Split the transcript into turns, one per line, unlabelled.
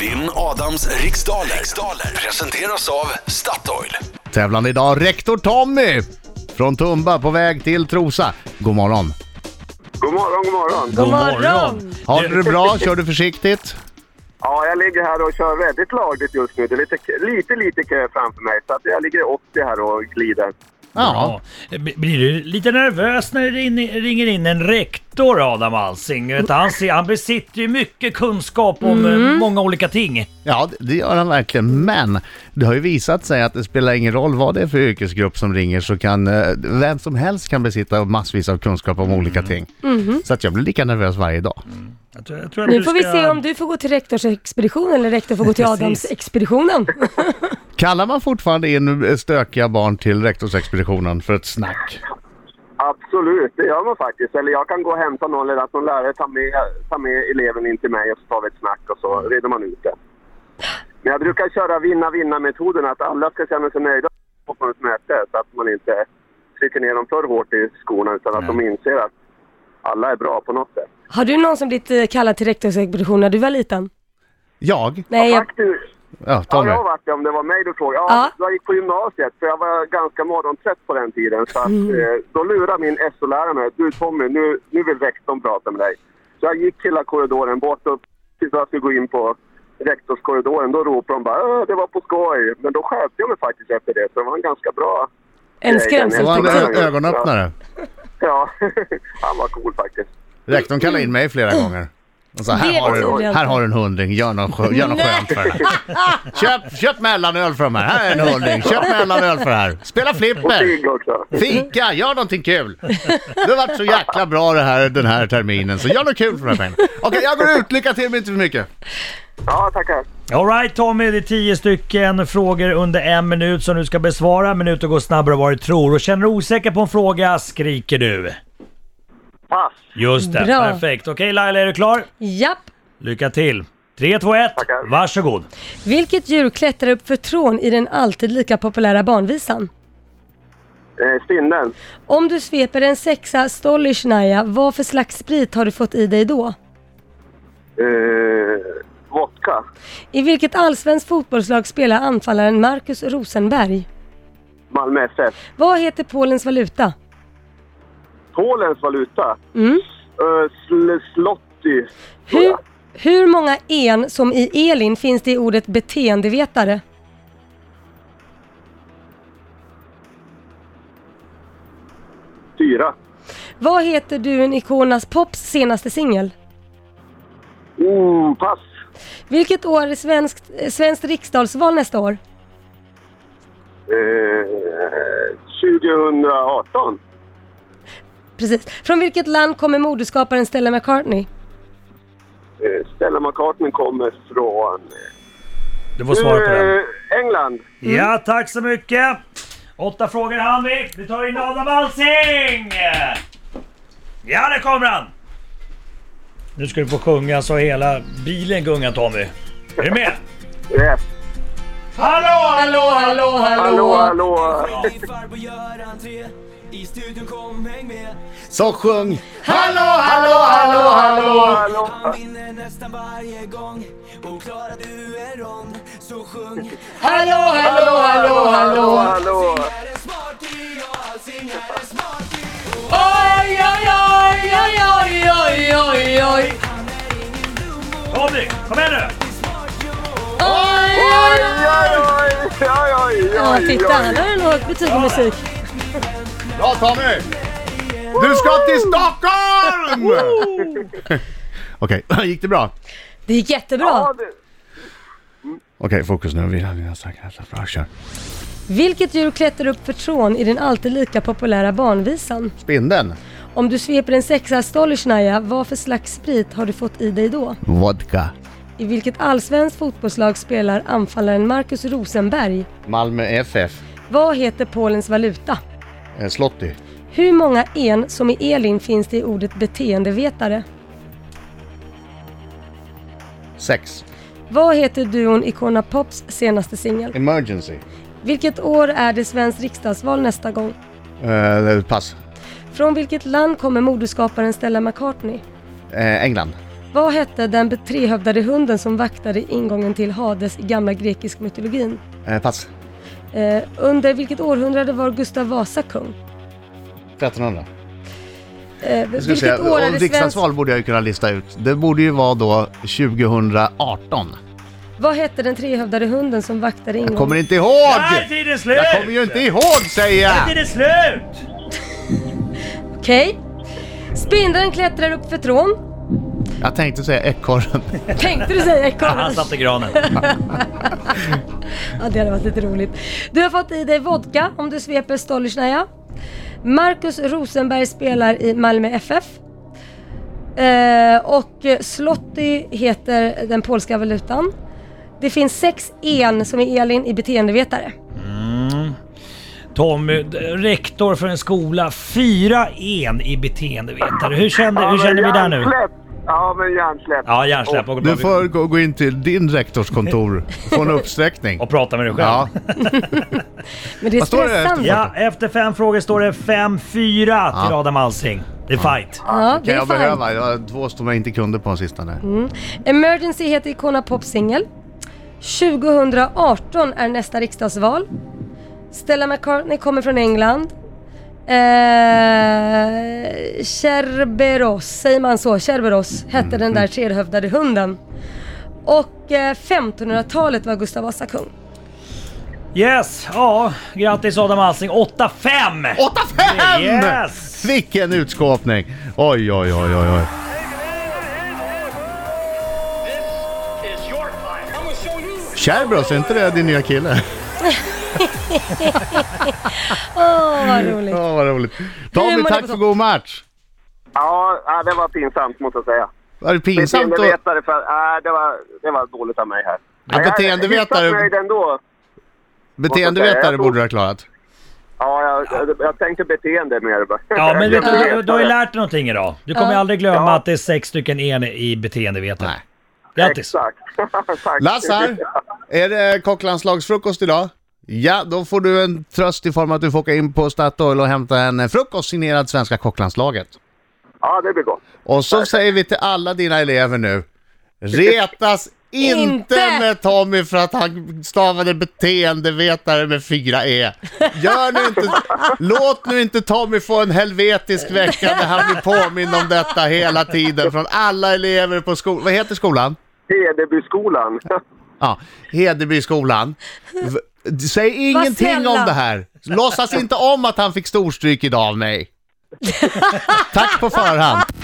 Vinn Adams riksdaler. riksdaler presenteras av Statoil.
Tävlande idag, rektor Tommy! Från Tumba på väg till Trosa. God morgon!
God morgon, god morgon.
God morgon!
Har du det bra? Kör du försiktigt?
Ja, jag ligger här och kör väldigt lagligt just nu. Det är lite, lite, lite kö framför mig. Så att jag ligger i 80 här och glider.
Ja.
Ja. B- Blir du lite nervös när det rin- ringer in en rektor, Adam Alsing? Vet du, Han, se- han besitter ju mycket kunskap om
Mm.
eh, många olika ting.
Ja, det gör han verkligen. Men det har ju visat sig att det spelar ingen roll vad det är för yrkesgrupp som ringer så kan eh, vem som helst kan besitta massvis av kunskap om olika ting. Så att jag blir lika nervös varje dag.
Jag tror, jag tror att
Nu
du
får vi
ska-
se om du får gå till rektorsexpeditionen eller rektor får gå till
Precis.
Adamsexpeditionen.
Kallar man fortfarande in eh, stökiga barn till rektorsexpeditionen för ett snack?
Absolut, det gör man faktiskt. Eller jag kan gå och hämta någon eller att någon lärare tar med, tar med eleven in till mig och så tar vi ett snack och så reder man ut det. Men jag brukar köra vinna-vinna-metoden, att alla ska känna sig nöjda på ett möte så att man inte trycker ner dem för hårt i skorna utan att de inser att alla är bra på något sätt.
Har du någon som blivit eh, kallad till rektorsexpedition när du var liten?
Jag?
Nej, jag...
Faktiskt,
Ja,
Ja,
Tommy.
jag var det om det var mig du frågade. Ja,
Ja.
Jag gick på gymnasiet, för jag var ganska morgontrött på den tiden. Så att, eh, då lurade min SO-lärare mig. Du Tommy, nu, nu vill rektorn prata med dig. Så jag gick hela korridoren bort och tills jag skulle gå in på rektorskorridoren, då ropade de bara äh, det var på skoj. Men då skärpte jag mig faktiskt efter det, så det var en ganska bra...
Det var
En
en
jag-
skrämseltaktik.
ö- ögonöppnare.
Ja, han var cool faktiskt.
Rektorn kallade in mig flera gånger. Och sa, här,
Mm. Det
har
tror
du,
jag
här
inte.
har du en hundring, gör något, skö- gör något skönt för det här. Köp, köp mellanöl för de här, här är en hundring, köp mellanöl för det här. Spela flipper,
Pigg också.
fika, gör någonting kul. Det har varit så jäkla bra det här, den här terminen, så gör något kul för de här pengarna. Okej, jag går ut, lycka till men inte för mycket.
Ja, tackar.
All right Tommy, det är tio stycken frågor under en minut som du ska besvara. Minuter går snabbare än vad du tror. Och känner du osäker på en fråga skriker du.
Pass,
Just det,
Bra.
perfekt. Okej Laila, är du klar?
Japp.
Lycka till! 3, 2, 1,
Tackar.
varsågod!
Vilket djur klättrar upp för trån i den alltid lika populära barnvisan?
eh, spindeln.
Om du sveper en sexa Stolichnaya, vad för slags sprit har du fått i dig då?
Eh, vodka.
I vilket allsvenskt fotbollslag spelar anfallaren Marcus Rosenberg?
Malmö FF.
Vad heter Polens valuta?
Polens valuta?
Mm.
Eh, sl- slotty. tror
Hur,
jag.
hur många en som i Elin finns det i ordet beteendevetare?
Fyra.
Vad heter du en Ikonas Pops senaste singel?
Oh, pass.
Vilket år är svenskt, eh, svenskt riksdagsval nästa år?
Eh, 2018.
Precis. Från vilket land kommer modeskaparen Stella McCartney?
Eh, Stella McCartney kommer från...
Du får svara på den.
Eh, England.
Mm.
Ja, tack så mycket! Åtta frågor hann vi. Vi tar in Adam Alsing! Ja, där kommer han! Nu ska du få sjunga så hela bilen gungar Tommy. Är du med?
Yes.
Hallå, hallå, hallå,
Hallå, hallå.
Min farbror gör entré I studion kom häng med
Så sjung Hallå, hallå, hallå, hallå!
hallå.
Han vinner nästan varje gång Och klarar du en rond Så sjung
Hallå, hallå, hallå,
Hallå, hallå.
Är en smarty och Alsing är en smarty
Oj, oj, oj, oj, oj, oj, oj, oj!
Han är ingen dum och
Tommy, kom igen nu!
smart jo
Oj, oj, oj, oj, oj,
Ja,
oj,
titta, han
oj.
har en hög betyg i musik.
Bra Tommy! Du ska till Stockholm! Okej, gick det bra?
Det gick jättebra.
Ja, det-
Okej, fokus nu. Vi har vi har sagt att bra, kör.
Vilket djur klättrar upp för tron i den alltid lika populära barnvisan?
Spindeln.
Om du sveper en sexa Stolichnaya, vad för slags sprit har du fått i dig då?
Vodka.
I vilket allsvenskt fotbollslag spelar anfallaren Marcus Rosenberg?
Malmö FF.
Vad heter Polens valuta?
Eh, Slotty.
Hur många en som i Elin finns det i ordet beteendevetare?
Sex.
Vad heter duon Icona Pops senaste singel?
Emergency.
Vilket år är det svenskt riksdagsval nästa gång?
Eh, pass.
Från vilket land kommer modeskaparen Stella McCartney?
Eh, England.
Vad hette den trehövdade hunden som vaktade ingången till Hades i gamla grekisk mytologin?
Eh, pass.
Eh, under vilket århundrade var Gustav Vasa kung?
1300.
Eh,
Jag skulle
vilket
säga,
år är
om
det svensk...
riksdagsval borde jag ju kunna lista ut. Det borde ju vara då 2018.
Vad hette den trehövdade hunden som vaktade ingången?
Jag kommer inte
Där är
ihåg!
tiden slut!
Jag kommer ju inte ihåg säger
Där är
jag!
tiden slut!
Okej. Spindeln klättrar upp för tron.
Jag tänkte säga ekorren.
Tänkte du säga
Ah,
ekorre?
Han satte granen.
Ja, det hade varit lite roligt. Du har fått i dig vodka om du sveper Stolichnaya. Marcus Rosenberg spelar i Malmö FF. Eh, och Slotty heter den polska valutan. Det finns sex en som är Elin i beteendevetare.
Tommy, d- rektor för en skola. Fyra en i beteendevetare. Hur känner, hur
men
känner vi där nu?
hjärnsläpp. Ja, men hjärnsläpp.
Ja, hjärnsläpp. Och,
Du får gå gå in till din rektorskontor få en uppsträckning.
och prata med dig själv.
Ja,
Ja.
Men det är
Vad står det där?
stressande.
Ja, efter fem frågor står det 5-4 till
Ja.
Adam Alsing. Det är fight.
Ja, det
kan
är
jag
fan.
behöva. Jag har två som jag inte kunde på den sista. Där.
Emergency heter Icona Pop Single. 2018 är nästa riksdagsval. Stella McCartney kommer från England. Eh, Kerberos, säger man så? Kerberos hette den där trehövdade hunden. Och eh, 1500-talet var Gustav Vasa kung.
Yes, ja. Grattis Adam Alsing. 8-5!
8-5!
Yes!
Vilken utskåpning! Oj, oj, oj, oj, oj. Kerberos, är inte det din nya kille?
Åh, vad roligt.
Ja, vad roligt.
Hur är
Tommy,
man
tack
på
för
topp?
god match!
Ja, ja, det var pinsamt måste jag säga.
Var det pinsamt att...
Beteendevetare för... Nej, det var, det var dåligt av mig här.
Ja, beteendevetare-
Jag är hyfsat nöjd ändå.
Beteendevetare borde du ha klarat.
Ja, jag, jag, jag tänkte beteende mer.
Ja, men vet du, du, du har ju
Beteendevetare.
lärt dig någonting idag. Du kommer
Ja.
ju aldrig glömma
Ja.
att det är sex stycken en i beteendevetare.
Nej.
Grattis!
Exakt. Tack.
Lassar, är det kocklandslagsfrukost idag? Ja, då får du en tröst i form att du får åka in på Statoil och hämta en frukost signerad svenska kocklandslaget.
Ja, det blir gott.
Och så säger vi till alla dina elever nu, retas inte,
Inte!
med Tommy för att han stavade beteendevetare med fyra e Gör nu inte, låt nu inte Tommy få en helvetisk vecka där han blir påmind om detta hela tiden från alla elever på skolan. Vad heter skolan?
Hedebyskolan.
Ja, Hedebyskolan. V- Säg ingenting
snälla.
om det här. Låtsas inte om att han fick storstryk idag av mig. Tack på förhand.